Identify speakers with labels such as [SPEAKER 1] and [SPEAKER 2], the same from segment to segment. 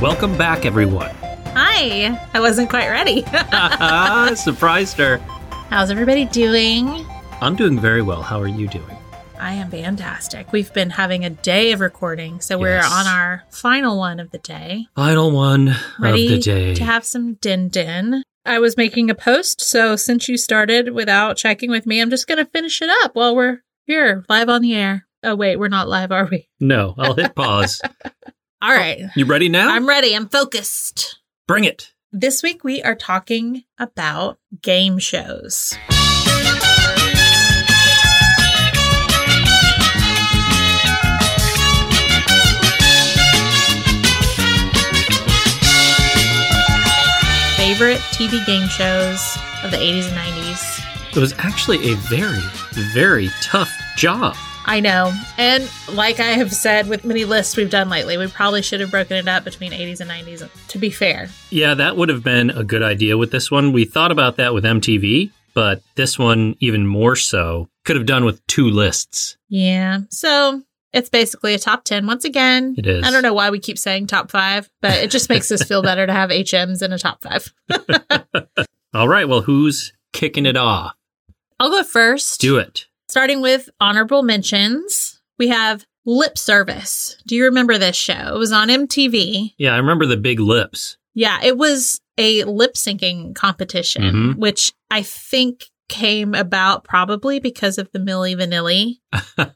[SPEAKER 1] Welcome back, everyone.
[SPEAKER 2] Hi. I wasn't quite ready.
[SPEAKER 1] Surprised her.
[SPEAKER 2] How's everybody doing?
[SPEAKER 1] I'm doing very well. How are you doing?
[SPEAKER 2] I am fantastic. We've been having a day of recording, so we're
[SPEAKER 1] Yes.
[SPEAKER 2] on our final one of the day.
[SPEAKER 1] Final one
[SPEAKER 2] Ready
[SPEAKER 1] of the day.
[SPEAKER 2] to have some din din. I was making a post, so since you started without checking with me, I'm just going to finish it up while we're here live on the air. Oh, wait, we're not live, are we?
[SPEAKER 1] no, I'll hit pause.
[SPEAKER 2] All right.
[SPEAKER 1] you ready now?
[SPEAKER 2] I'm ready. I'm focused.
[SPEAKER 1] Bring it.
[SPEAKER 2] This week we are talking about game shows. Favorite TV game shows of the 80s and 90s.
[SPEAKER 1] It was actually a very, very tough job.
[SPEAKER 2] I know. And like I have said with many lists we've done lately, we probably should have broken it up between 80s and 90s to be fair.
[SPEAKER 1] Yeah, that would have been a good idea with this one. We thought about that with MTV, but this one, even more so, could have done with two lists.
[SPEAKER 2] Yeah. So it's basically a top 10 once again.
[SPEAKER 1] It is.
[SPEAKER 2] I don't know why we keep saying top five, but it just makes us feel better to have HMs in a top five.
[SPEAKER 1] All right, well, who's kicking it off?
[SPEAKER 2] I'll go first.
[SPEAKER 1] Do it.
[SPEAKER 2] Starting with honorable mentions, we have Lip Service. Do you remember this show? It was on MTV.
[SPEAKER 1] Yeah, I remember the big lips.
[SPEAKER 2] Yeah, it was a lip syncing competition,
[SPEAKER 1] Mhm.
[SPEAKER 2] which I think came about probably because of the Milli Vanilli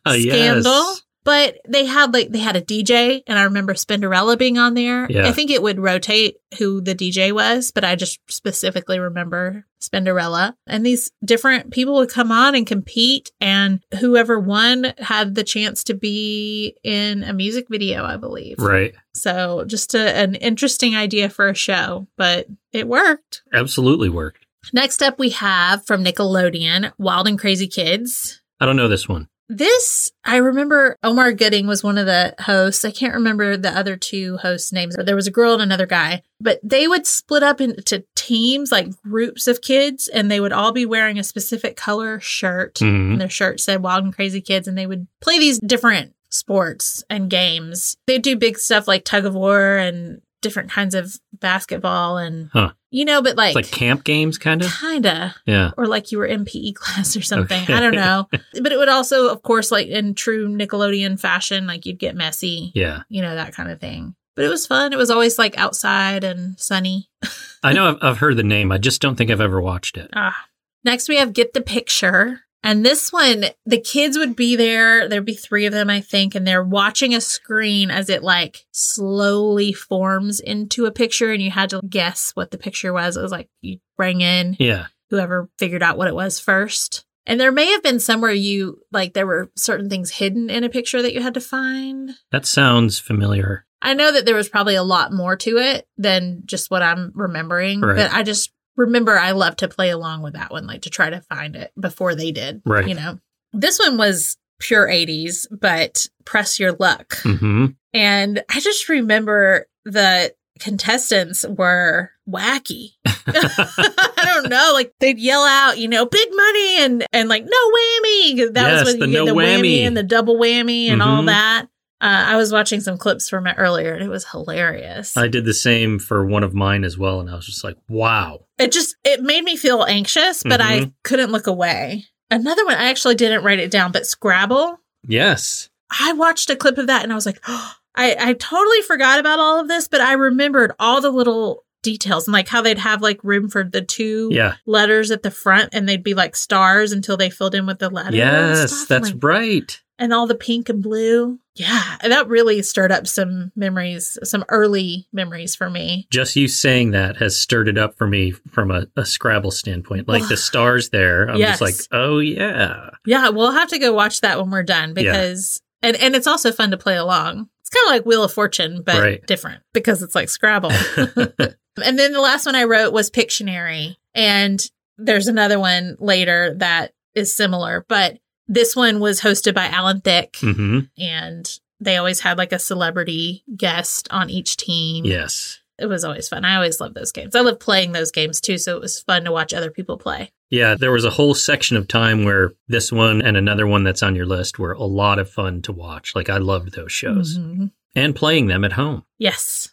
[SPEAKER 2] scandal.
[SPEAKER 1] Yes.
[SPEAKER 2] But they had like they had a DJ, and I remember Spinderella being on there.
[SPEAKER 1] Yeah.
[SPEAKER 2] I think it would rotate who the DJ was, but I just specifically remember Spinderella. And these different people would come on and compete, and whoever won had the chance to be in a music video, I believe.
[SPEAKER 1] Right.
[SPEAKER 2] So just a, an interesting idea for a show, but it worked.
[SPEAKER 1] Absolutely worked.
[SPEAKER 2] Next up, we have from Nickelodeon, Wild and Crazy Kids.
[SPEAKER 1] I don't know this one.
[SPEAKER 2] This, I remember Omar Gooding was one of the hosts. I can't remember the other two hosts' names, but there was a girl and another guy. But they would split up into teams, like groups of kids, and they would all be wearing a specific color shirt.
[SPEAKER 1] Mhm.
[SPEAKER 2] And their shirt said Wild and Crazy Kids, and they would play these different sports and games. They do big stuff like tug of war and different kinds of basketball and,
[SPEAKER 1] Huh.
[SPEAKER 2] you know, but like,
[SPEAKER 1] It's like camp games, kind of.
[SPEAKER 2] kinda
[SPEAKER 1] Yeah.
[SPEAKER 2] or like you were in PE class or something.
[SPEAKER 1] Okay.
[SPEAKER 2] I don't know. But it would also, of course, like in true Nickelodeon fashion, like you'd get messy,
[SPEAKER 1] Yeah.
[SPEAKER 2] you know, that kind of thing. But it was fun. It was always like outside and sunny.
[SPEAKER 1] I know I've, I've heard the name. I just don't think I've ever watched it.
[SPEAKER 2] Ah. Next, we have Get the Picture. And this one, the kids would be there. There'd be three of them, I think, and they're watching a screen as it like slowly forms into a picture. And you had to guess what the picture was. It was like you rang in,
[SPEAKER 1] Yeah.
[SPEAKER 2] whoever figured out what it was first. And there may have been somewhere you like there were certain things hidden in a picture that you had to find.
[SPEAKER 1] That sounds familiar.
[SPEAKER 2] I know that there was probably a lot more to it than just what I'm remembering,
[SPEAKER 1] Right.
[SPEAKER 2] but I just remember I loved to play along with that one, like to try to find it before they did.
[SPEAKER 1] Right.
[SPEAKER 2] You know, this one was pure 80s, but press your luck.
[SPEAKER 1] hmm
[SPEAKER 2] And I just remember the contestants were wacky. I don't know. Like they'd yell out, you know, big money and and like no whammy. 'cause That
[SPEAKER 1] Yes,
[SPEAKER 2] was when
[SPEAKER 1] the
[SPEAKER 2] you get
[SPEAKER 1] no
[SPEAKER 2] the whammy.
[SPEAKER 1] whammy.
[SPEAKER 2] and the double whammy and all
[SPEAKER 1] Mhm.
[SPEAKER 2] that. Uh, I was watching some clips from it earlier and it was hilarious.
[SPEAKER 1] I did the same for one of mine as well, and I was just like, "Wow,
[SPEAKER 2] it just it made me feel anxious, but
[SPEAKER 1] Mm-hmm.
[SPEAKER 2] I couldn't look away. Another one I actually didn't write it down, but Scrabble.
[SPEAKER 1] yes,
[SPEAKER 2] I watched a clip of that and I was like, oh, I, I totally forgot about all of this, but I remembered all the little details and like how they'd have like room for the two
[SPEAKER 1] yeah,
[SPEAKER 2] letters at the front and they'd be like stars until they filled in with the letter. and
[SPEAKER 1] yes,
[SPEAKER 2] stuff.
[SPEAKER 1] that's
[SPEAKER 2] Like,
[SPEAKER 1] right."
[SPEAKER 2] And all the pink and blue. Yeah. And that really stirred up some memories, some early memories for me.
[SPEAKER 1] Just you saying that has stirred it up for me from a, a Scrabble standpoint. Like the stars there, I'm
[SPEAKER 2] Yes.
[SPEAKER 1] just like, "Oh yeah,
[SPEAKER 2] Yeah. We'll have to go watch that when we're done because, and, and it's also fun to play along. It's kind of like Wheel of Fortune, but
[SPEAKER 1] Right.
[SPEAKER 2] different because it's like Scrabble. And then the last one I wrote was Pictionary. And there's another one later that is similar, but this one was hosted by Alan Thicke.
[SPEAKER 1] hmm
[SPEAKER 2] And They always had like a celebrity guest on each team.
[SPEAKER 1] Yes.
[SPEAKER 2] It was always fun. I always loved those games. I love playing those games too, so it was fun to watch other people play.
[SPEAKER 1] Yeah, there was a whole section of time where this one and another one that's on your list were a lot of fun to watch. Like I loved those shows
[SPEAKER 2] Mhm.
[SPEAKER 1] and playing them at home.
[SPEAKER 2] Yes.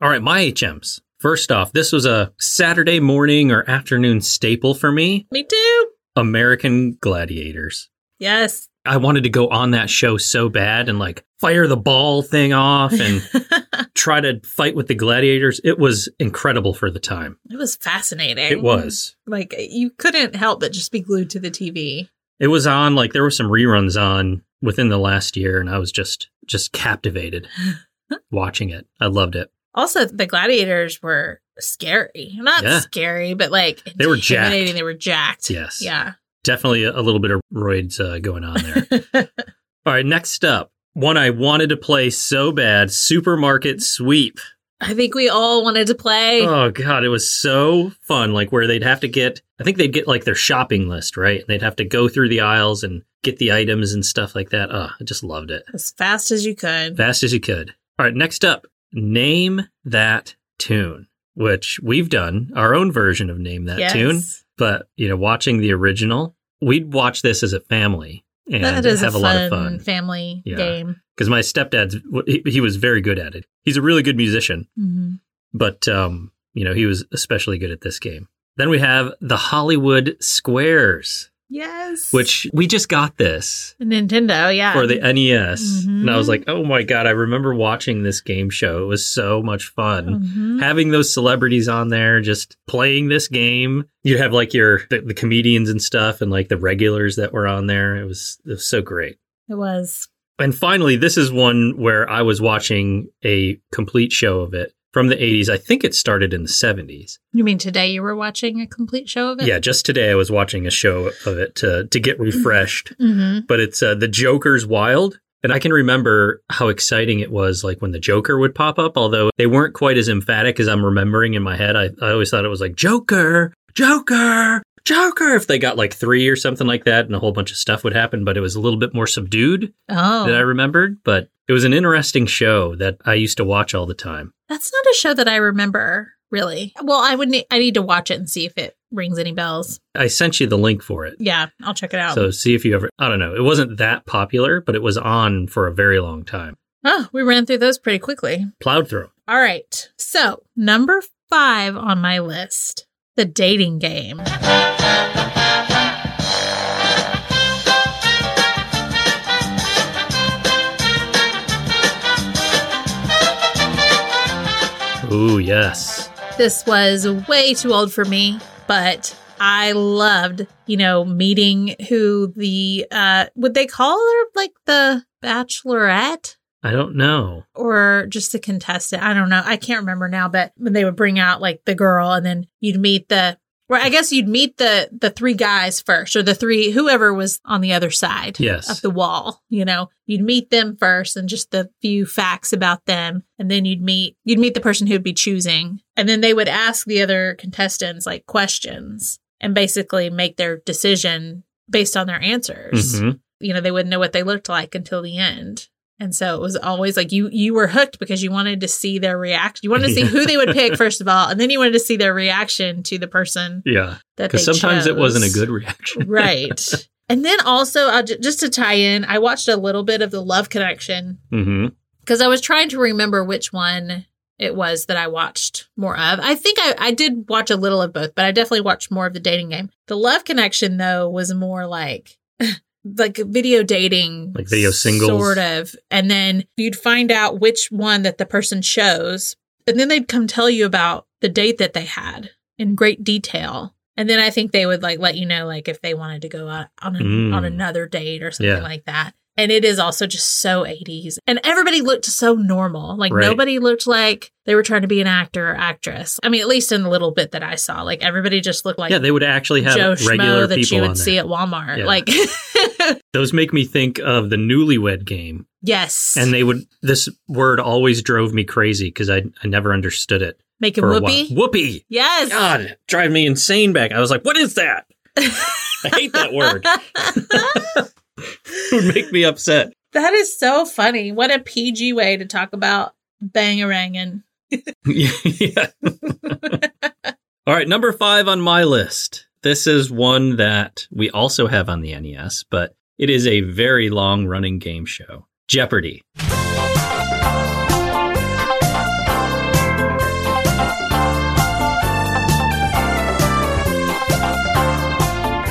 [SPEAKER 1] All right, my HMs. First off, this was a Saturday morning or afternoon staple for me
[SPEAKER 2] Me too.
[SPEAKER 1] American Gladiators.
[SPEAKER 2] Yes.
[SPEAKER 1] I wanted to go on that show so bad and like fire the ball thing off and
[SPEAKER 2] it
[SPEAKER 1] try to fight with the gladiators. It was incredible for the time.
[SPEAKER 2] was fascinating.
[SPEAKER 1] It was.
[SPEAKER 2] Like you couldn't help but just be glued to the TV.
[SPEAKER 1] It was on like there were some reruns on within the last year and I was just just captivated watching it. I loved it.
[SPEAKER 2] Also, the gladiators were scary. Not
[SPEAKER 1] Yeah.
[SPEAKER 2] scary, but like
[SPEAKER 1] They were
[SPEAKER 2] intimidating.
[SPEAKER 1] jacked.
[SPEAKER 2] They were jacked.
[SPEAKER 1] Yes.
[SPEAKER 2] Yeah.
[SPEAKER 1] Definitely a, a little bit of roids uh, going on there. All right, next up, one I wanted to play so bad, Supermarket Sweep.
[SPEAKER 2] I think we all wanted to play.
[SPEAKER 1] Oh god, it was so fun. Like where they'd have to get I think they'd get like their shopping list, right? And they'd have to go through the aisles and get the items and stuff like that. Oh, I just loved it.
[SPEAKER 2] as fast as you could.
[SPEAKER 1] Fast as you could. All right, next up, name that tune, which we've done our own version of name that
[SPEAKER 2] Yes.
[SPEAKER 1] tune, but you know, watching the original, we'd watch this as a family and
[SPEAKER 2] That is
[SPEAKER 1] have a,
[SPEAKER 2] a,
[SPEAKER 1] lot of fun.
[SPEAKER 2] family
[SPEAKER 1] Yeah.
[SPEAKER 2] game.
[SPEAKER 1] because my stepdad's he, he was very good at it. He's a really good musician,
[SPEAKER 2] Mhm.
[SPEAKER 1] but um, you know he was especially good at this game. Then we have the Hollywood Squares,
[SPEAKER 2] Yes.
[SPEAKER 1] which we just got this
[SPEAKER 2] Nintendo, yeah.
[SPEAKER 1] for the NES, and I was
[SPEAKER 2] Mhm.
[SPEAKER 1] like, oh my god, I remember watching this game show. It was so much fun.
[SPEAKER 2] Mhm.
[SPEAKER 1] Having those celebrities on there, just playing this game. You have like your the, the comedians and stuff, and like the regulars that were on there. It was it was so great.
[SPEAKER 2] It was.
[SPEAKER 1] And finally, this is one where I was watching a complete show of it from the 80s. I think it started in the 70s.
[SPEAKER 2] You mean today you were watching a complete show of it?
[SPEAKER 1] Yeah, just today I was watching a show of it to to get refreshed.
[SPEAKER 2] hmm
[SPEAKER 1] But it's uh, The Joker's Wild, and I can remember how exciting it was like when the Joker would pop up, although they weren't quite as emphatic as I'm remembering in my head. I, I always thought it was like Joker, Joker, Joker if they got like 3 or something like that and a whole bunch of stuff would happen, but it was a little bit more subdued
[SPEAKER 2] Oh.
[SPEAKER 1] that I remembered, but it was an interesting show that I used to watch all the time.
[SPEAKER 2] That's not a show that I remember, really. Well, I would need, I need to watch it and see if it rings any bells.
[SPEAKER 1] I sent you the link for it.
[SPEAKER 2] Yeah, I'll check it out.
[SPEAKER 1] So see if you ever I don't know. It wasn't that popular, but it was on for a very long time.
[SPEAKER 2] oh, we ran through those pretty quickly.
[SPEAKER 1] Plowed through.
[SPEAKER 2] All right. So, number 5 on my list, the dating game.
[SPEAKER 1] Ooh, yes.
[SPEAKER 2] This was way too old for me, but I loved, you know, meeting who the uh would they call her like the bachelorette
[SPEAKER 1] I don't know.
[SPEAKER 2] or just the contestant? I don't know. I can't remember now, but when they would bring out like the girl and then you'd meet the well, I guess you'd meet the the three guys first or the three whoever was on the other side of
[SPEAKER 1] Yes.
[SPEAKER 2] the wall. You know, you'd meet them first and just the few facts about them, and then you'd meet you'd meet the person who'd be choosing, and then they would ask the other contestants like questions and basically make their decision based on their answers.
[SPEAKER 1] Mhm.
[SPEAKER 2] You know, they wouldn't know what they looked like until the end. And so it was always like you you were hooked because you wanted to see their reaction. You wanted to see
[SPEAKER 1] Yeah.
[SPEAKER 2] who they would pick first of all, and then you wanted to see their reaction to the person
[SPEAKER 1] Yeah.
[SPEAKER 2] that they
[SPEAKER 1] Because sometimes it wasn't a
[SPEAKER 2] chose.
[SPEAKER 1] good reaction.
[SPEAKER 2] Right. And then also, uh, j- just to tie in, I watched a little bit of the Love Connection
[SPEAKER 1] Mm-hmm.
[SPEAKER 2] because I was trying to remember which one it was that I watched more of. I think I, I did watch a little of both, but I definitely watched more of the dating game. The Love Connection, though, was more like. Like video dating,
[SPEAKER 1] Like video singles.
[SPEAKER 2] sort of. And then you'd find out which one that the person chose, and then they'd come tell you about the date that they had in great detail. And then I think they would like let you know like if they wanted to go out on a,
[SPEAKER 1] Mm.
[SPEAKER 2] on another date or something
[SPEAKER 1] Yeah.
[SPEAKER 2] like that. And it is also just so 80s. And everybody looked so normal. Like
[SPEAKER 1] Right.
[SPEAKER 2] nobody looked like they were trying to be an actor or actress. I mean, at least in the little bit that I saw, like everybody just looked like
[SPEAKER 1] yeah, they would actually have
[SPEAKER 2] Joe
[SPEAKER 1] regular
[SPEAKER 2] Schmo that
[SPEAKER 1] people
[SPEAKER 2] you
[SPEAKER 1] on
[SPEAKER 2] would
[SPEAKER 1] there.
[SPEAKER 2] see at Walmart.
[SPEAKER 1] Yeah.
[SPEAKER 2] Like
[SPEAKER 1] Those make me think of the newlywed game.
[SPEAKER 2] yes.
[SPEAKER 1] And they would this word always drove me crazy because I I never understood it.
[SPEAKER 2] Making
[SPEAKER 1] for a while. Ah,
[SPEAKER 2] whoopee.
[SPEAKER 1] Whoopee.
[SPEAKER 2] Yes.
[SPEAKER 1] God, drive me insane back. I was like, what is that? I hate that word. it would make me upset.
[SPEAKER 2] That is so funny. What a PG way to talk about bangarangin.
[SPEAKER 1] yeah. All right, number five on my list. This is one that we also have on the NES, but it is a very long running game show Jeopardy.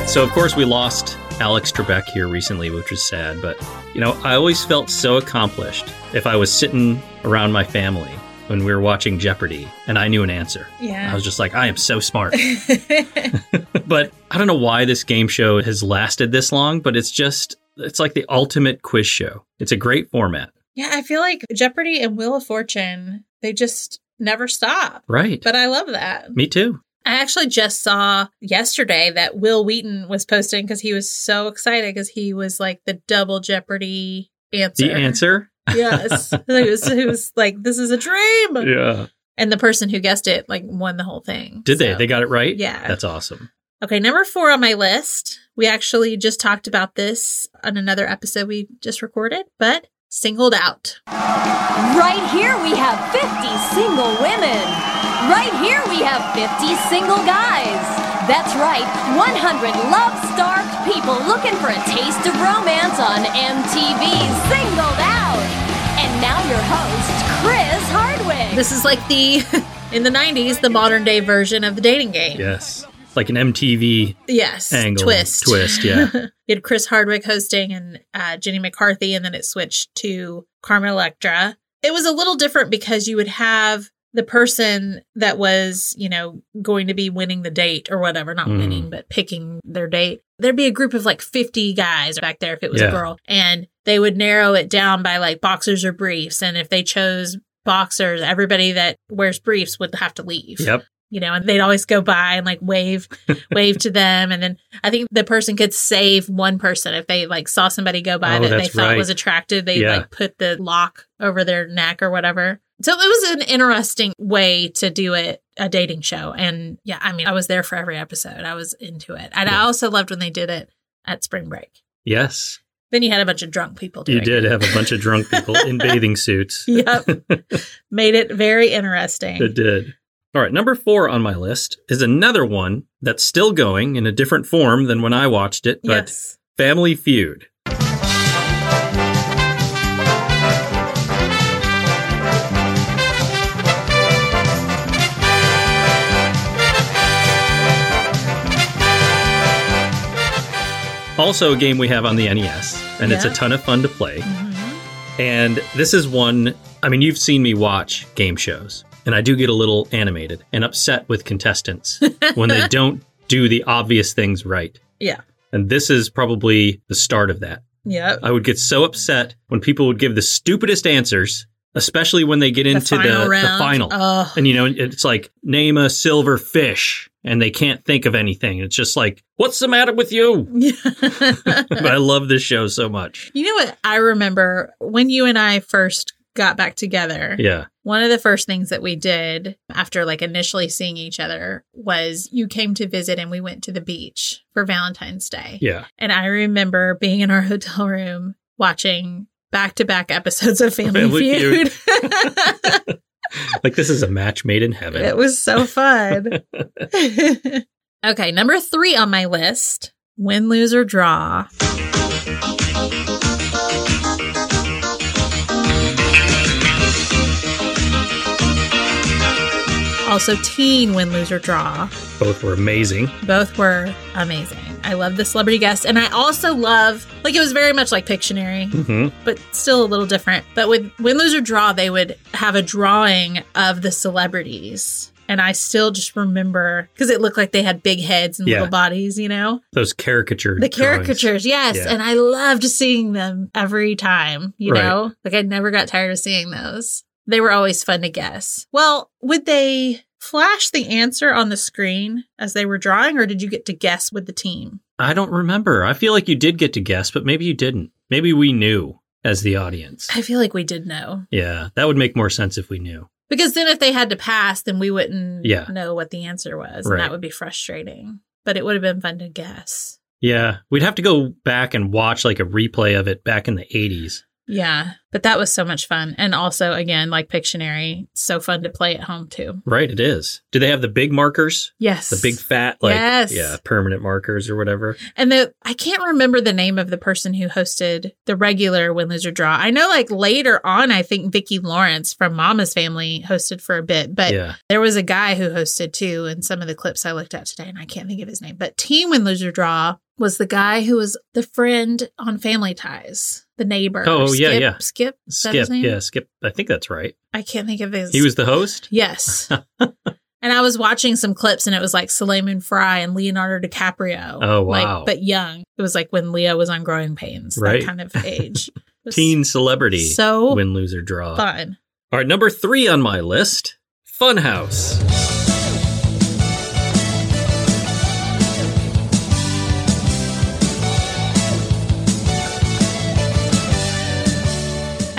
[SPEAKER 1] So, of course, we lost Alex Trebek here recently, which was sad, but you know, I always felt so accomplished if I was sitting around my family when we were watching Jeopardy and I knew an answer. I
[SPEAKER 2] Yeah.
[SPEAKER 1] was just like, I am so smart. but I don't know why this game show has lasted this long, but it's just, it's like the ultimate quiz show. It's a great format,
[SPEAKER 2] yeah, I feel like Jeopardy and Wheel of Fortune, they just never stop.
[SPEAKER 1] right?
[SPEAKER 2] But I love that.
[SPEAKER 1] Me too.
[SPEAKER 2] I actually just saw yesterday that Will Wheaton was posting because he was so excited because he was like the double Jeopardy answer.
[SPEAKER 1] The answer?
[SPEAKER 2] Yes. he, was, he was like, this is a dream.
[SPEAKER 1] Yeah.
[SPEAKER 2] And the person who guessed it like won the whole thing.
[SPEAKER 1] Did they?
[SPEAKER 2] So-
[SPEAKER 1] They got it right?
[SPEAKER 2] Yeah.
[SPEAKER 1] That's awesome.
[SPEAKER 2] Okay, number four on my list. We actually just talked about this on another episode we just recorded, but singled out.
[SPEAKER 3] Right here we have 50 single women. Right here we have 50 single guys. That's right, 100 love starved people looking for a taste of romance on MTV Singled Out. And now your host, Chris Hardwick.
[SPEAKER 2] This is like the, in the 90s, the modern day version of the dating game.
[SPEAKER 1] Yes. Like an MTV
[SPEAKER 2] Yes.
[SPEAKER 1] angle.
[SPEAKER 2] Twist.
[SPEAKER 1] Twist, yeah.
[SPEAKER 2] You had Chris Hardwick hosting and uh, Jenny McCarthy, and then it switched to Carmen Electra. It was a little different because you would have the person that was, you know, going to be winning the date or whatever, not
[SPEAKER 1] Mm.
[SPEAKER 2] winning, but picking their date. There'd be a group of like 50 guys back there if it was
[SPEAKER 1] Yeah.
[SPEAKER 2] a girl, and they would narrow it down by like boxers or briefs. And if they chose boxers, everybody that wears briefs would have to leave
[SPEAKER 1] yep.
[SPEAKER 2] you know, and they'd always go by and like wave, wave to them. And then I think the person could save one person if they like saw somebody go by
[SPEAKER 1] Oh,
[SPEAKER 2] that they
[SPEAKER 1] that's
[SPEAKER 2] thought
[SPEAKER 1] right.
[SPEAKER 2] was attractive. They
[SPEAKER 1] Yeah.
[SPEAKER 2] like put the lock over their neck or whatever. So it was an interesting way to do it, a dating show. And yeah, I mean, I was there for every episode. I was into it. And I
[SPEAKER 1] Yeah.
[SPEAKER 2] also loved when they did it at spring break.
[SPEAKER 1] Yes.
[SPEAKER 2] Then you had a bunch of drunk people. Doing
[SPEAKER 1] You did
[SPEAKER 2] It.
[SPEAKER 1] have a bunch of drunk people in bathing suits.
[SPEAKER 2] Yep. Made it very interesting.
[SPEAKER 1] It did. All right, number four on my list is another one that's still going in a different form than when I watched it, but
[SPEAKER 2] yes.
[SPEAKER 1] Family Feud. Also, a game we have on the NES, and it's a
[SPEAKER 2] Yeah.
[SPEAKER 1] ton of fun to play.
[SPEAKER 2] Mhm.
[SPEAKER 1] And this is one, I mean, you've seen me watch game shows, and I do get a little animated and upset with contestants when they don't do the obvious things right.
[SPEAKER 2] Yeah.
[SPEAKER 1] And this is probably the start of that.
[SPEAKER 2] Yep.
[SPEAKER 1] I would get so upset when people would give the stupidest answers, especially when they get into the
[SPEAKER 2] final
[SPEAKER 1] the
[SPEAKER 2] round.
[SPEAKER 1] final.
[SPEAKER 2] Oh.
[SPEAKER 1] and you know, it's like name a silver fish, and they can't think of anything. It's just like, what's the matter with you? but I love this show so much.
[SPEAKER 2] Oh. You know what I remember when you and I first got back together?
[SPEAKER 1] Yeah.
[SPEAKER 2] One of the first things that we did after like initially seeing each other was you came to visit and we went to the beach for Valentine's Day.
[SPEAKER 1] Yeah.
[SPEAKER 2] And I remember being in our hotel room watching back to back episodes of Family,
[SPEAKER 1] Family
[SPEAKER 2] Feud.
[SPEAKER 1] Feud. Like, this is a match made in heaven.
[SPEAKER 2] it was so fun. okay, number three on my list win, lose, or draw. Also, teen win, lose, or draw.
[SPEAKER 1] Both were amazing.
[SPEAKER 2] Both were amazing. I love the celebrity guest. And I also love, like, it was very much like Pictionary
[SPEAKER 1] Mm-hmm.
[SPEAKER 2] but still a little different. But with Win, Lose, or Draw, they would have a drawing of the celebrities. And I still just remember because it looked like they had big heads and
[SPEAKER 1] Yeah.
[SPEAKER 2] little bodies, you know?
[SPEAKER 1] Those caricature.
[SPEAKER 2] The
[SPEAKER 1] drawings.
[SPEAKER 2] caricatures, yes.
[SPEAKER 1] Yeah.
[SPEAKER 2] And I loved seeing them every time, you
[SPEAKER 1] Right.
[SPEAKER 2] know? Like I never got tired of seeing those. They were always fun to guess. Well, would they flash the answer on the screen as they were drawing, or did you get to guess with the team?
[SPEAKER 1] I don't remember. I feel like you did get to guess, but maybe you didn't. Maybe we knew as the audience.
[SPEAKER 2] I feel like we did know.
[SPEAKER 1] Yeah, that would make more sense if we knew.
[SPEAKER 2] Because then if they had to pass, then we wouldn't
[SPEAKER 1] Yeah.
[SPEAKER 2] know what the answer was. And
[SPEAKER 1] Right.
[SPEAKER 2] that would be frustrating. But it would have been fun to guess.
[SPEAKER 1] Yeah, we'd have to go back and watch like a replay of it back in the 80s.
[SPEAKER 2] Yeah, but that was so much fun. And also, again, like Pictionary, so fun to play at home too.
[SPEAKER 1] Right, it is. Do they have the big markers?
[SPEAKER 2] Yes.
[SPEAKER 1] The big fat like
[SPEAKER 2] Yes.
[SPEAKER 1] yeah, permanent markers or whatever.
[SPEAKER 2] And the I can't remember the name of the person who hosted the regular Win Lose or Draw. I know like later on I think Vicki Lawrence from Mama's Family hosted for a bit, but
[SPEAKER 1] yeah.
[SPEAKER 2] there was a guy who hosted too in some of the clips I looked at today and I can't think of his name. But Team Win Lose or Draw was the guy who was the friend on Family Ties, the neighbor.
[SPEAKER 1] Oh, yeah,
[SPEAKER 2] Skip-
[SPEAKER 1] yeah.
[SPEAKER 2] Skip. Is that his
[SPEAKER 1] Skip,
[SPEAKER 2] name?
[SPEAKER 1] yeah, Skip. I think that's right.
[SPEAKER 2] I can't think of his
[SPEAKER 1] He was the host?
[SPEAKER 2] Yes. and I was watching some clips and it was like Salaman Fry and Leonardo DiCaprio.
[SPEAKER 1] Oh, wow.
[SPEAKER 2] Like, but young. It was like when Leo was on Growing Pains,
[SPEAKER 1] Right.
[SPEAKER 2] that kind of age. It was
[SPEAKER 1] Teen celebrity.
[SPEAKER 2] So
[SPEAKER 1] win, lose, or draw.
[SPEAKER 2] fun.
[SPEAKER 1] All right, number three on my list Funhouse.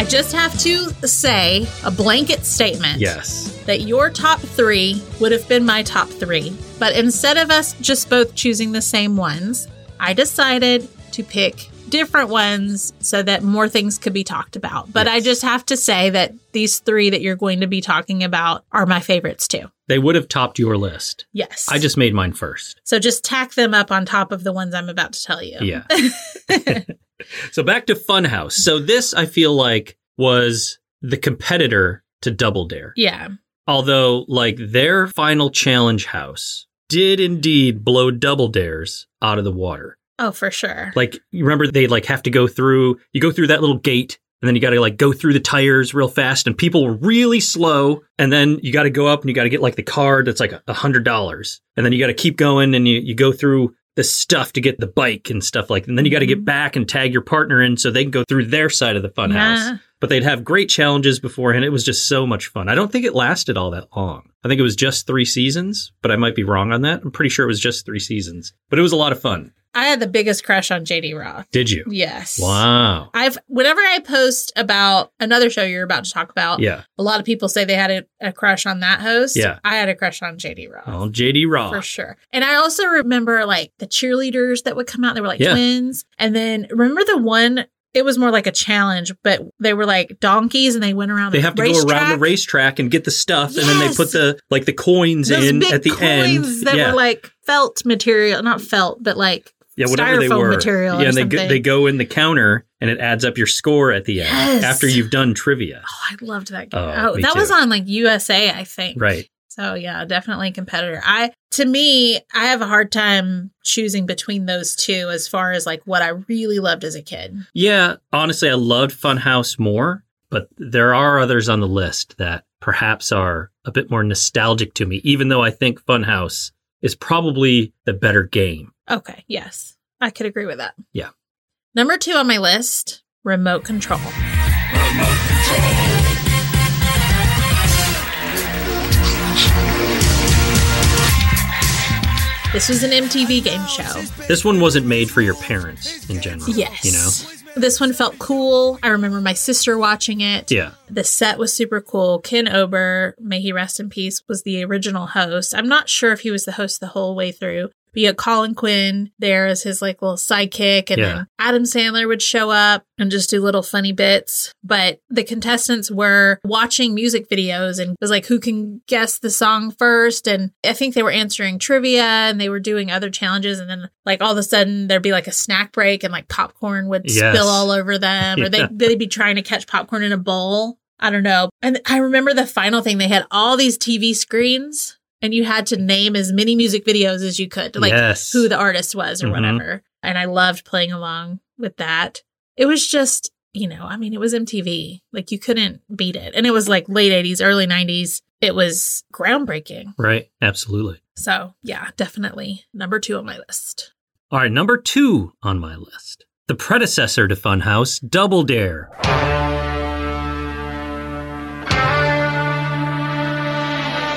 [SPEAKER 2] I just have to say a blanket statement
[SPEAKER 1] Yes.
[SPEAKER 2] that your top three would have been my top three. But instead of us just both choosing the same ones, I decided to pick different ones so that more things could be talked about. But I
[SPEAKER 1] Yes.
[SPEAKER 2] just have to say that these three that you're going to be talking about are my favorites too.
[SPEAKER 1] They would have topped your list.
[SPEAKER 2] Yes.
[SPEAKER 1] I just made mine first.
[SPEAKER 2] so just tack them up on top of the ones I'm about to tell you.
[SPEAKER 1] Yeah. so back to Funhouse. So this, I feel like, was the competitor to Double Dare.
[SPEAKER 2] Yeah.
[SPEAKER 1] Although, like, their final challenge house did indeed blow Double Dares out of the water.
[SPEAKER 2] Oh, for sure.
[SPEAKER 1] Like, you remember they like have to go through, you go through that little gate and then you got to like go through the tires real fast and people were really slow. And then you got to go up and you got to get like the card that's like a hundred dollars. And then you got to keep going and you, you go through the stuff to get the bike and stuff like, and then you got to get back and tag your partner in so they can go through their side of the fun house
[SPEAKER 2] Yeah.
[SPEAKER 1] but they'd have great challenges beforehand. It was just so much fun. I don't think it lasted all that long. I think it was just three seasons, but I might be wrong on that. I'm pretty sure it was just three seasons, but it was a lot of fun.
[SPEAKER 2] I had the biggest crush on JD Roth.
[SPEAKER 1] Did you?
[SPEAKER 2] Yes.
[SPEAKER 1] Wow.
[SPEAKER 2] I've whenever I post about another show you're about to talk about,
[SPEAKER 1] Yeah.
[SPEAKER 2] a lot of people say they had a, a crush on that host.
[SPEAKER 1] Yeah.
[SPEAKER 2] I had a crush on JD Roth.
[SPEAKER 1] Oh, JD Roth.
[SPEAKER 2] For sure. And I also remember like the cheerleaders that would come out. They were like
[SPEAKER 1] Yeah.
[SPEAKER 2] twins. And then remember the one, it was more like a challenge, but they were like donkeys and they went around
[SPEAKER 1] They
[SPEAKER 2] a
[SPEAKER 1] have to
[SPEAKER 2] racetrack.
[SPEAKER 1] go around the racetrack and get the stuff, and then they
[SPEAKER 2] Yes.
[SPEAKER 1] put the like the coins
[SPEAKER 2] Those
[SPEAKER 1] in
[SPEAKER 2] big
[SPEAKER 1] at the end.
[SPEAKER 2] coins that
[SPEAKER 1] yeah,
[SPEAKER 2] were like felt material, not felt, but like
[SPEAKER 1] yeah, whatever they
[SPEAKER 2] styrofoam
[SPEAKER 1] were.
[SPEAKER 2] material or
[SPEAKER 1] yeah, and they go,
[SPEAKER 2] something.
[SPEAKER 1] they go in the counter, and it adds up your score at the end
[SPEAKER 2] Yes.
[SPEAKER 1] after you've done trivia.
[SPEAKER 2] oh, I loved that game.
[SPEAKER 1] Oh,
[SPEAKER 2] Oh,
[SPEAKER 1] me
[SPEAKER 2] that was
[SPEAKER 1] too.
[SPEAKER 2] on like USA, I think.
[SPEAKER 1] Right.
[SPEAKER 2] So yeah, definitely competitor. I to me, I have a hard time choosing between those two as far as like what I really loved as a kid.
[SPEAKER 1] Yeah, honestly, I loved Funhouse more, but there are others on the list that perhaps are a bit more nostalgic to me, even though I think Funhouse is probably the better game.
[SPEAKER 2] Okay, yes. I could agree with that.
[SPEAKER 1] Yeah.
[SPEAKER 2] Number 2 on my list, remote control. This was an MTV game show.
[SPEAKER 1] This one wasn't made for your parents in general.
[SPEAKER 2] Yes.
[SPEAKER 1] You know?
[SPEAKER 2] This one felt cool. I remember my sister watching it.
[SPEAKER 1] Yeah.
[SPEAKER 2] The set was super cool. Ken Ober, may he rest in peace, was the original host. I'm not sure if he was the host the whole way through. But yeah, Colin Quinn there as his like little sidekick, and
[SPEAKER 1] Yeah.
[SPEAKER 2] then Adam Sandler would show up and just do little funny bits. But the contestants were watching music videos and it was like, who can guess the song first? And I think they were answering trivia and they were doing other challenges. And then like all of a sudden there'd be like a snack break and like popcorn would
[SPEAKER 1] Yes.
[SPEAKER 2] spill all over them, or they
[SPEAKER 1] Yeah.
[SPEAKER 2] they'd be trying to catch popcorn in a bowl. I don't know. And I remember the final thing they had all these TV screens, and you had to name as many music videos as you could, to, like
[SPEAKER 1] yes.
[SPEAKER 2] who the artist was or
[SPEAKER 1] Mhm.
[SPEAKER 2] whatever. And I loved playing along with that. It was just, you know, I mean, it was MTV. Like you couldn't beat it, and it was like late '80s, early '90s. It was groundbreaking.
[SPEAKER 1] right. Absolutely.
[SPEAKER 2] So yeah, definitely number two on my list.
[SPEAKER 1] All right, number two on my list. The predecessor to Funhouse, Double Dare. I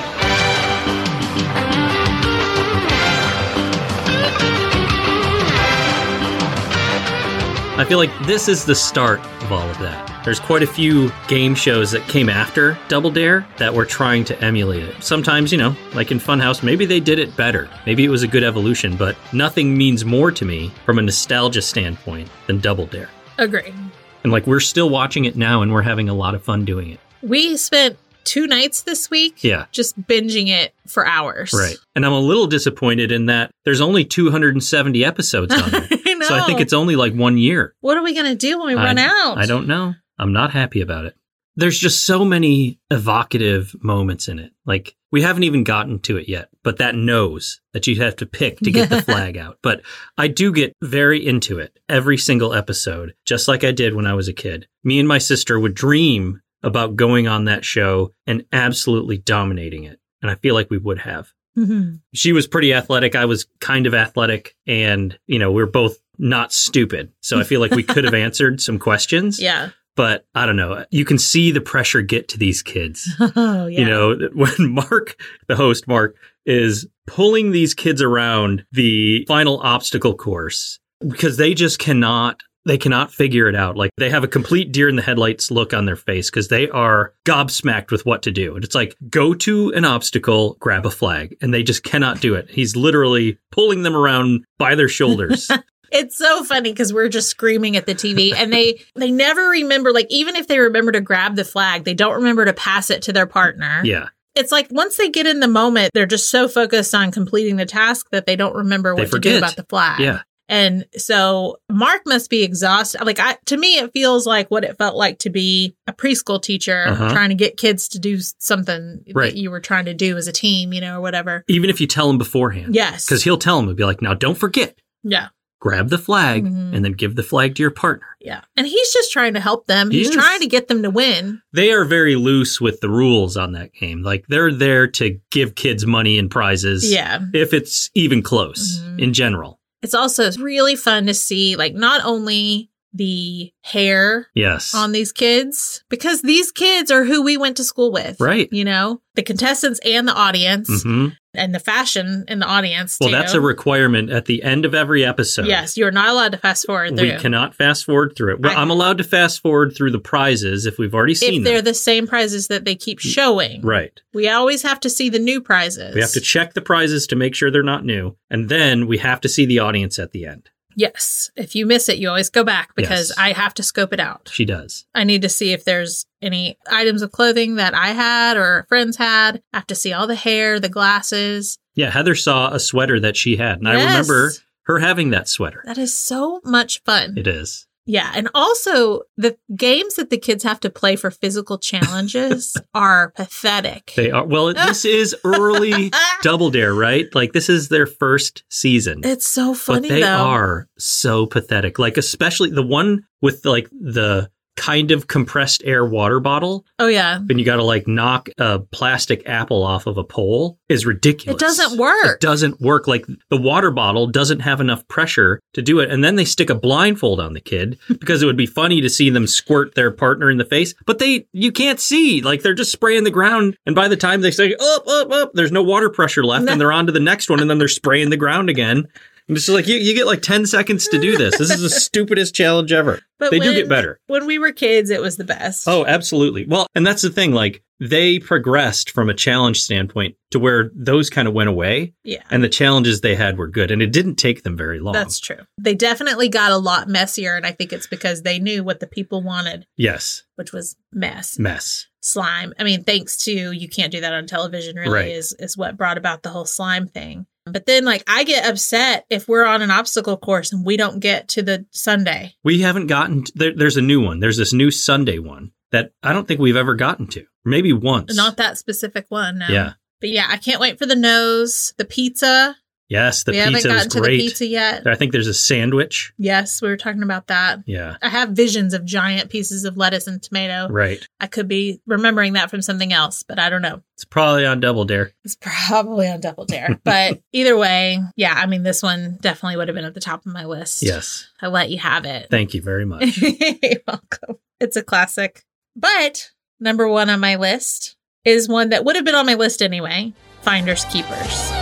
[SPEAKER 1] I feel like this is the start of all of that. There's quite a few game shows that came after Double Dare that were trying to emulate it. Sometimes, you know, like in Funhouse, maybe they did it better. Maybe it was a good evolution, but nothing means more to me from a nostalgia standpoint than Double Dare.
[SPEAKER 2] Agree.
[SPEAKER 1] And like we're still watching it now and we're having a lot of fun doing it.
[SPEAKER 2] We spent two nights this week
[SPEAKER 1] Yeah.
[SPEAKER 2] just binging it for hours.
[SPEAKER 1] Right. And I'm a little disappointed in that there's only 270 episodes on it.
[SPEAKER 2] I know.
[SPEAKER 1] So I think it's only like one year.
[SPEAKER 2] What are we going to do when we
[SPEAKER 1] I-
[SPEAKER 2] run out?
[SPEAKER 1] I don't know. I'm not happy about it. There's just so many evocative moments in it. Like we haven't even gotten to it yet, but that nose that you have to pick to get the flag out. But I do get very into it every single episode, just like I did when I was a kid. Me and my sister would dream about going on that show and absolutely dominating it. And I feel like we would have
[SPEAKER 2] Mhm.
[SPEAKER 1] she was pretty athletic. I was kind of athletic, and you know, we are both not stupid. So I feel like we could have answered some questions.
[SPEAKER 2] Yeah.
[SPEAKER 1] But I don't know. You can see the pressure get to these kids.
[SPEAKER 2] Oh, yeah.
[SPEAKER 1] You know, that when Mark, the host Mark, is pulling these kids around the final obstacle course because they just cannot they cannot figure it out. Like they have a complete deer in the headlights look on their face because they are gobsmacked with what to do. And it's like, go to an obstacle, grab a flag. And they just cannot do it. He's literally pulling them around by their shoulders.
[SPEAKER 2] It's so funny because we're just screaming at the TV, and they they never remember. Like even if they remember to grab the flag, they don't remember to pass it to their partner.
[SPEAKER 1] yeah.
[SPEAKER 2] It's like once they get in the moment, they're just so focused on completing the task that they don't remember
[SPEAKER 1] They
[SPEAKER 2] what to do
[SPEAKER 1] forget.
[SPEAKER 2] about the flag.
[SPEAKER 1] Yeah.
[SPEAKER 2] And so Mark must be exhausted. Like I, to me, it feels like what it felt like to be a preschool teacher
[SPEAKER 1] Uh-huh.
[SPEAKER 2] trying to get kids to do s- something
[SPEAKER 1] Right.
[SPEAKER 2] that you were trying to do as a team, you know, or whatever.
[SPEAKER 1] Even if you tell him beforehand.
[SPEAKER 2] Yes.
[SPEAKER 1] Because he'll tell him and be like, now don't forget,
[SPEAKER 2] yeah.
[SPEAKER 1] grab the flag
[SPEAKER 2] Mhm.
[SPEAKER 1] and then give the flag to your partner.
[SPEAKER 2] Yeah. And he's just trying to help them.
[SPEAKER 1] He
[SPEAKER 2] He's
[SPEAKER 1] is.
[SPEAKER 2] trying to get them to win.
[SPEAKER 1] they are very loose with the rules on that game. Like they're there to give kids money and prizes.
[SPEAKER 2] Yeah.
[SPEAKER 1] If it's even close
[SPEAKER 2] Mhm.
[SPEAKER 1] in general.
[SPEAKER 2] It's also really fun to see, like, not only the hair
[SPEAKER 1] Yes.
[SPEAKER 2] on these kids, because these kids are who we went to school with.
[SPEAKER 1] Right.
[SPEAKER 2] You know, the contestants and the audience
[SPEAKER 1] hmm
[SPEAKER 2] and the fashion in the audience.
[SPEAKER 1] Well,
[SPEAKER 2] too.
[SPEAKER 1] that's a requirement at the end of every episode.
[SPEAKER 2] Yes, you're not allowed to fast forward through.
[SPEAKER 1] We cannot fast forward through it. Well,
[SPEAKER 2] I-
[SPEAKER 1] I, am allowed to fast forward through the prizes if we've already seen
[SPEAKER 2] if they're
[SPEAKER 1] them. Mm,
[SPEAKER 2] the same prizes that they keep showing,
[SPEAKER 1] right.
[SPEAKER 2] we always have to see the new prizes.
[SPEAKER 1] We have to check the prizes to make sure they're not new. And then we have to see the audience at the end.
[SPEAKER 2] yes, if you miss it, you always go back because
[SPEAKER 1] Yes.
[SPEAKER 2] I have to scope it out.
[SPEAKER 1] She does.
[SPEAKER 2] I need to see if there's any items of clothing that I had or friends had. I have to see all the hair, the glasses.
[SPEAKER 1] Yeah. Heather saw a sweater that she had. And I
[SPEAKER 2] Yes.
[SPEAKER 1] remember her having that sweater.
[SPEAKER 2] That is so much fun.
[SPEAKER 1] It is.
[SPEAKER 2] Yeah. And also, the games that the kids have to play for physical challenges are pathetic.
[SPEAKER 1] They are. Well, this is early Double Dare, right? Like this is their first season.
[SPEAKER 2] it's so funny,
[SPEAKER 1] but they
[SPEAKER 2] though.
[SPEAKER 1] are so pathetic. Like especially the one with like the kind of compressed air water bottle
[SPEAKER 2] Oh, yeah.
[SPEAKER 1] and you got to like knock a plastic apple off of a pole is ridiculous.
[SPEAKER 2] It doesn't work.
[SPEAKER 1] It doesn't work. Like the water bottle doesn't have enough pressure to do it. And then they stick a blindfold on the kid because it would be funny to see them squirt their partner in the face. But they, you can't see. Like they're just spraying the ground. And by the time they say up, up, up, there's no water pressure left. And they're on to the next one. And then they're spraying the ground again. And it's just like you, you get like 10 seconds to do this. This is the stupidest challenge ever.
[SPEAKER 2] But
[SPEAKER 1] they do
[SPEAKER 2] when-
[SPEAKER 1] get better.
[SPEAKER 2] When we were kids, it was the best.
[SPEAKER 1] Oh, absolutely. Well, and that's the thing. Like they progressed from a challenge standpoint to where those kind of went away,
[SPEAKER 2] yeah.
[SPEAKER 1] and the challenges they had were good, and it didn't take them very long.
[SPEAKER 2] That's true. They definitely got a lot messier. And I think it's because they knew what the people wanted,
[SPEAKER 1] yes,
[SPEAKER 2] which was mess.
[SPEAKER 1] mess.
[SPEAKER 2] slime. I mean, thanks to you can't do that on television really
[SPEAKER 1] Right.
[SPEAKER 2] is is what brought about the whole slime thing. But then like I get upset if we're on an obstacle course and we don't get to the Sunday.
[SPEAKER 1] We haven't gotten. To, there, there's a new one. There's this new Sunday one that I don't think we've ever gotten to. Maybe once.
[SPEAKER 2] Not that specific one. No.
[SPEAKER 1] Yeah.
[SPEAKER 2] But yeah, I can't wait for the nose, the pizza.
[SPEAKER 1] Yes, the
[SPEAKER 2] we haven't
[SPEAKER 1] pizza was
[SPEAKER 2] gotten to the
[SPEAKER 1] great.
[SPEAKER 2] pizza yet.
[SPEAKER 1] I think there's a sandwich.
[SPEAKER 2] Yes, we were talking about that.
[SPEAKER 1] Yeah.
[SPEAKER 2] I have visions of giant pieces of lettuce and tomato.
[SPEAKER 1] Right.
[SPEAKER 2] I could be remembering that from something else, but I don't know.
[SPEAKER 1] It's probably on Double Dare.
[SPEAKER 2] It's probably on Double Dare. But either way, yeah, I mean, this one definitely would have been at the top of my list.
[SPEAKER 1] Yes.
[SPEAKER 2] I let you have it.
[SPEAKER 1] Thank you very much.
[SPEAKER 2] You're welcome. It's a classic. But number one on my list is one that would have been on my list anyway Finders Keepers.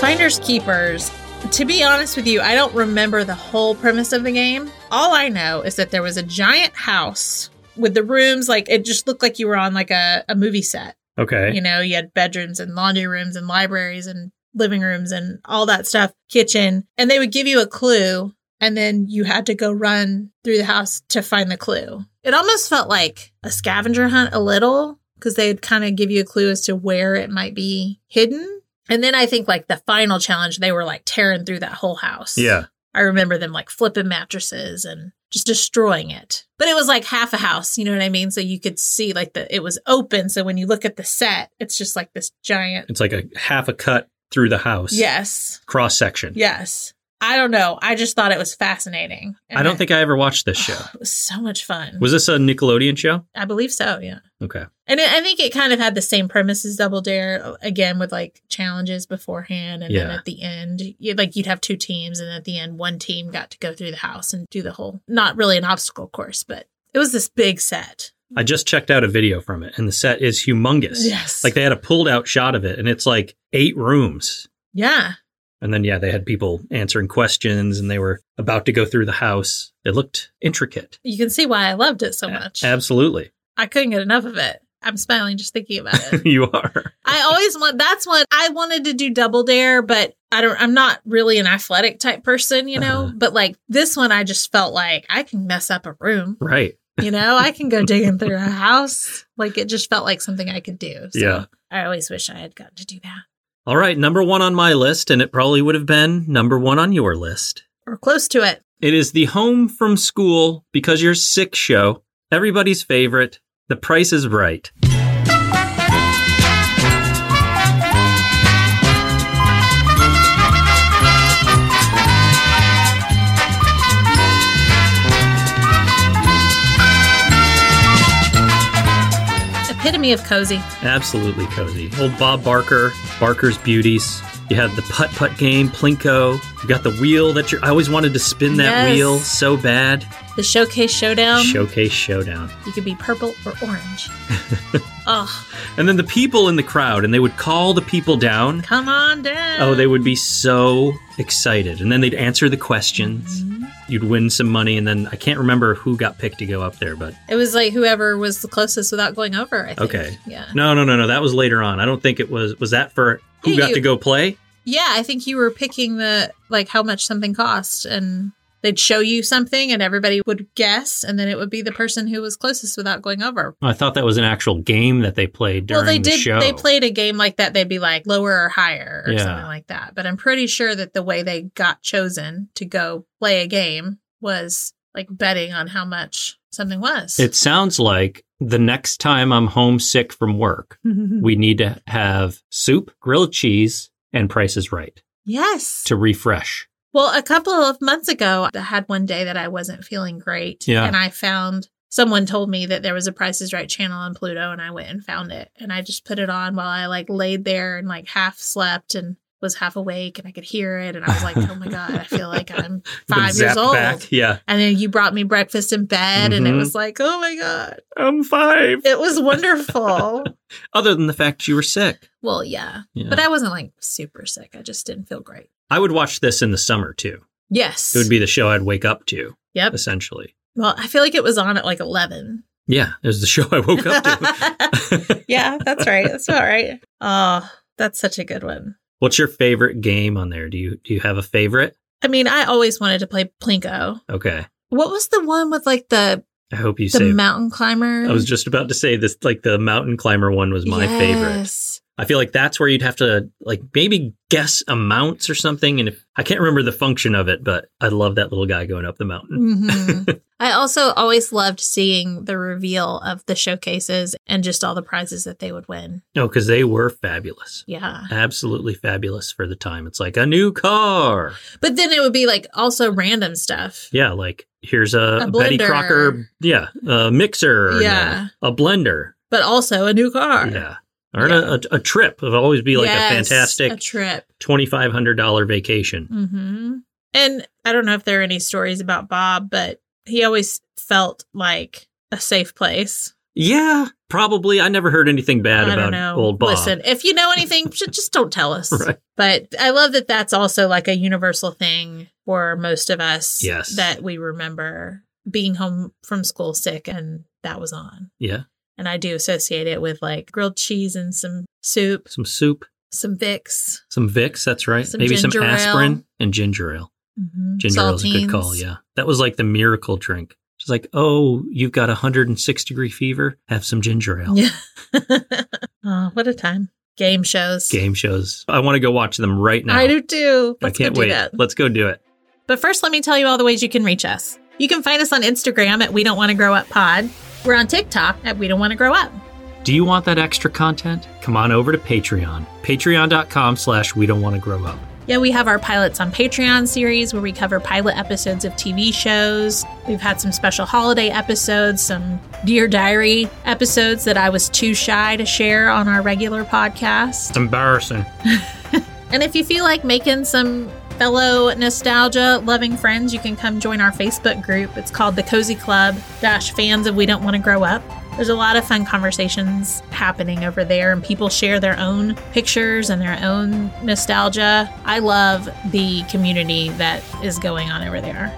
[SPEAKER 2] Finders Keepers. To be honest with you, I don't remember the whole premise of the game. All I know is that there was a giant house with the rooms like it just looked like you were on like a, a movie set.
[SPEAKER 1] Okay.
[SPEAKER 2] You know, you had bedrooms and laundry rooms and libraries and living rooms and all that stuff, kitchen, and they would give you a clue and then you had to go run through the house to find the clue. It almost felt like a scavenger hunt a little because they'd kind of give you a clue as to where it might be hidden. And then I think like the final challenge, they were like tearing through that whole house.
[SPEAKER 1] Yeah.
[SPEAKER 2] I remember them like flipping mattresses and just destroying it. But it was like half a house, you know what I mean? So you could see like the it was open. So when you look at the set, it's just like this giant.
[SPEAKER 1] It's like a half a cut through the house.
[SPEAKER 2] Yes.
[SPEAKER 1] Cross section.
[SPEAKER 2] Yes. I don't know. I just thought it was fascinating.
[SPEAKER 1] I don't think I ever watched this show.
[SPEAKER 2] it was so much fun.
[SPEAKER 1] Was this a Nickelodeon show?
[SPEAKER 2] I believe so. Yeah.
[SPEAKER 1] Okay.
[SPEAKER 2] And it, I think it kind of had the same premise as Double Dare, again with like challenges beforehand, and then
[SPEAKER 1] Yeah.
[SPEAKER 2] at the end, you, like you'd have two teams, and at the end, one team got to go through the house and do the whole not really an obstacle course, but it was this big set.
[SPEAKER 1] I just checked out a video from it and the set is humongous.
[SPEAKER 2] Yes,
[SPEAKER 1] Like they had a pulled out shot of it and it's like eight rooms.
[SPEAKER 2] yeah,
[SPEAKER 1] And then, yeah, they had people answering questions and they were about to go through the house. It looked intricate.
[SPEAKER 2] you can see why I loved it so much.
[SPEAKER 1] A- Absolutely.
[SPEAKER 2] I couldn't get enough of it. I'm smiling just thinking about it.
[SPEAKER 1] you are.
[SPEAKER 2] I always want that's what I wanted to do double dare, but I don't I'm not really an athletic type person, you know.
[SPEAKER 1] Uh-huh.
[SPEAKER 2] But like this one I just felt like I can mess up a room,
[SPEAKER 1] Right.
[SPEAKER 2] you know, I can go digging through a house. Like it just felt like something I could do. So
[SPEAKER 1] Yeah.
[SPEAKER 2] I always wish I had gotten to do that.
[SPEAKER 1] All right. Number one on my list, and it probably would have been number one on your list.
[SPEAKER 2] Or close to it.
[SPEAKER 1] It is the home from school because you're sick show. Everybody's favorite. The price is right.
[SPEAKER 2] Epitome of cozy.
[SPEAKER 1] Absolutely cozy. Old Bob Barker, Barker's Beauties. You had the putt putt game, Plinko. You got the wheel that you're. I always wanted to spin that
[SPEAKER 2] Yes. Um.
[SPEAKER 1] wheel so bad.
[SPEAKER 2] The showcase showdown.
[SPEAKER 1] Showcase Showdown.
[SPEAKER 2] you could be purple or orange. oh,
[SPEAKER 1] And then the people in the crowd, and they would call the people down.
[SPEAKER 2] come on down.
[SPEAKER 1] Oh, they would be so excited. And then they'd answer the questions.
[SPEAKER 2] Mm-hmm.
[SPEAKER 1] You'd win some money, and then I can't remember who got picked to go up there, but
[SPEAKER 2] It was like whoever was the closest without going over, I think.
[SPEAKER 1] Okay.
[SPEAKER 2] Yeah.
[SPEAKER 1] no, no, no, no. That was later on. I don't think it was. Was that for who
[SPEAKER 2] Yeah,
[SPEAKER 1] got
[SPEAKER 2] you-
[SPEAKER 1] to go play?
[SPEAKER 2] Yeah, I think you were picking the like how much something cost and they'd show you something and everybody would guess and then it would be the person who was closest without going over.
[SPEAKER 1] I thought that was an actual game that they played during
[SPEAKER 2] well, they
[SPEAKER 1] the
[SPEAKER 2] did
[SPEAKER 1] show.
[SPEAKER 2] they played a game like that they'd be like lower or higher or
[SPEAKER 1] Yeah.
[SPEAKER 2] something like that. But I'm pretty sure that the way they got chosen to go play a game was like betting on how much something was.
[SPEAKER 1] It sounds like the next time I'm homesick from work,
[SPEAKER 2] Hmm.
[SPEAKER 1] we need to have soup, grilled cheese, and Price is Right
[SPEAKER 2] yes.
[SPEAKER 1] to refresh.
[SPEAKER 2] Well, a couple of months ago, I had one day that I wasn't feeling great.
[SPEAKER 1] Yeah.
[SPEAKER 2] And I found someone told me that there was a Price is Right channel on Pluto, and I went and found it. And I just put it on while I like laid there and like half slept and was half awake and I could hear it. And I was like, oh my God, I feel like I'm five years old.
[SPEAKER 1] Yeah.
[SPEAKER 2] And then you brought me breakfast in bed, and it
[SPEAKER 1] Mhm.
[SPEAKER 2] was like, oh my God,
[SPEAKER 1] I'm five.
[SPEAKER 2] it was wonderful.
[SPEAKER 1] Other than the fact you were sick.
[SPEAKER 2] well, yeah.
[SPEAKER 1] Yeah.
[SPEAKER 2] But I wasn't like super sick. I just didn't feel great.
[SPEAKER 1] I would watch this in the summer too.
[SPEAKER 2] Yes.
[SPEAKER 1] It would be the show I'd wake up to,
[SPEAKER 2] Yep.
[SPEAKER 1] essentially.
[SPEAKER 2] Well, I feel like it was on at like 11.
[SPEAKER 1] Yeah, it was the show I woke up to.
[SPEAKER 2] yeah, that's right. That's all right. Oh, that's such a good one.
[SPEAKER 1] What's your favorite game on there? Do you do you have a favorite?
[SPEAKER 2] I mean, I always wanted to play Plinko.
[SPEAKER 1] Okay.
[SPEAKER 2] What was the one with like the
[SPEAKER 1] I hope you
[SPEAKER 2] the
[SPEAKER 1] say
[SPEAKER 2] mountain climber?
[SPEAKER 1] I was just about to say this like the mountain climber one was my favorite.
[SPEAKER 2] Yes.
[SPEAKER 1] I feel like that's where you'd have to like maybe guess amounts or something. And if, I can't remember the function of it, but I love that little guy going up the mountain.
[SPEAKER 2] Mhm. I also always loved seeing the reveal of the showcases and just all the prizes that they would win.
[SPEAKER 1] No, because they were fabulous.
[SPEAKER 2] Yeah.
[SPEAKER 1] Absolutely fabulous for the time. It's like a new car.
[SPEAKER 2] But then it would be like also random stuff.
[SPEAKER 1] Yeah, like here's a,
[SPEAKER 2] A
[SPEAKER 1] Betty
[SPEAKER 2] blender.
[SPEAKER 1] Crocker. Yeah, a mixer. and a-
[SPEAKER 2] Yeah.
[SPEAKER 1] A, blender.
[SPEAKER 2] But also a new car.
[SPEAKER 1] Yeah. Or a, a, a trip. It would always be like
[SPEAKER 2] Yes,
[SPEAKER 1] a fantastic
[SPEAKER 2] a trip.
[SPEAKER 1] $2,500 vacation.
[SPEAKER 2] hmm And I don't know if there are any stories about Bob, but he always felt like a safe place.
[SPEAKER 1] Yeah, probably. I never heard anything bad
[SPEAKER 2] I
[SPEAKER 1] about
[SPEAKER 2] don't know.
[SPEAKER 1] old Bob.
[SPEAKER 2] Listen, if you know anything, ju- just don't tell us.
[SPEAKER 1] Right.
[SPEAKER 2] But I love that that's also like a universal thing for most of us.
[SPEAKER 1] Yes.
[SPEAKER 2] That we remember being home from school sick and that was on.
[SPEAKER 1] Yeah,
[SPEAKER 2] And I do associate it with like grilled cheese and some soup,
[SPEAKER 1] some soup,
[SPEAKER 2] some Vicks,
[SPEAKER 1] some Vicks. That's right.
[SPEAKER 2] Some
[SPEAKER 1] Maybe some
[SPEAKER 2] ginger ale.
[SPEAKER 1] aspirin and ginger ale.
[SPEAKER 2] mhm,
[SPEAKER 1] Ginger ale is a good call.
[SPEAKER 2] saltines.
[SPEAKER 1] Yeah, that was like the miracle drink. It's like, oh, you've got a hundred and six degree fever. Have some ginger ale.
[SPEAKER 2] Yeah. oh, what a time. Game shows.
[SPEAKER 1] Game shows. I want to go watch them right now.
[SPEAKER 2] I do too.
[SPEAKER 1] I
[SPEAKER 2] Let's
[SPEAKER 1] can't
[SPEAKER 2] go do
[SPEAKER 1] wait.
[SPEAKER 2] that.
[SPEAKER 1] Let's go do it.
[SPEAKER 2] But first, let me tell you all the ways you can reach us. You can find us on Instagram at We Don't Want to Grow Up Pod. We're on TikTok at We Don't Want to Grow Up.
[SPEAKER 1] Do you want that extra content? Come on over to Patreon. Patreon.com slash we don't want to grow up.
[SPEAKER 2] Yeah, we have our Pilots on Patreon series where we cover pilot episodes of TV shows. We've had some special holiday episodes, some Dear Diary episodes that I was too shy to share on our regular podcast.
[SPEAKER 1] It's embarrassing.
[SPEAKER 2] And if you feel like making some fellow nostalgia loving friends, you can come join our Facebook group. It's called the Cozy Club Dash Fans of We Don't Want to Grow Up. There's a lot of fun conversations happening over there, and people share their own pictures and their own nostalgia. I love the community that is going on over there.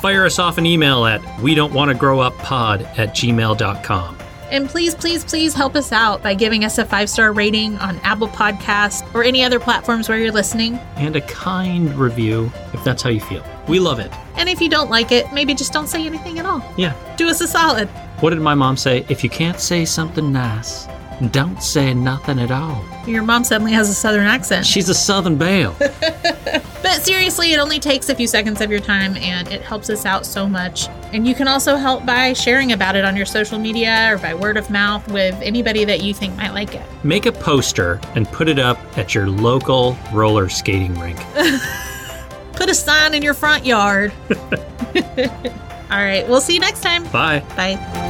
[SPEAKER 1] Fire us off an email at we don't want to grow up pod at gmail.com.
[SPEAKER 2] And please, please, please help us out by giving us a five star rating on Apple Podcasts or any other platforms where you're listening.
[SPEAKER 1] And a kind review if that's how you feel. We love it.
[SPEAKER 2] And if you don't like it, maybe just don't say anything at all.
[SPEAKER 1] Yeah.
[SPEAKER 2] Do us a solid.
[SPEAKER 1] What did my mom say? If you can't say something nice, don't say nothing at all.
[SPEAKER 2] Your mom suddenly has a southern accent.
[SPEAKER 1] She's a Southern Belle.
[SPEAKER 2] But seriously, it only takes a few seconds of your time and it helps us out so much. And you can also help by sharing about it on your social media or by word of mouth with anybody that you think might like it.
[SPEAKER 1] Make a poster and put it up at your local roller skating rink.
[SPEAKER 2] Put a sign in your front yard. All right, we'll see you next time.
[SPEAKER 1] Bye.
[SPEAKER 2] Bye.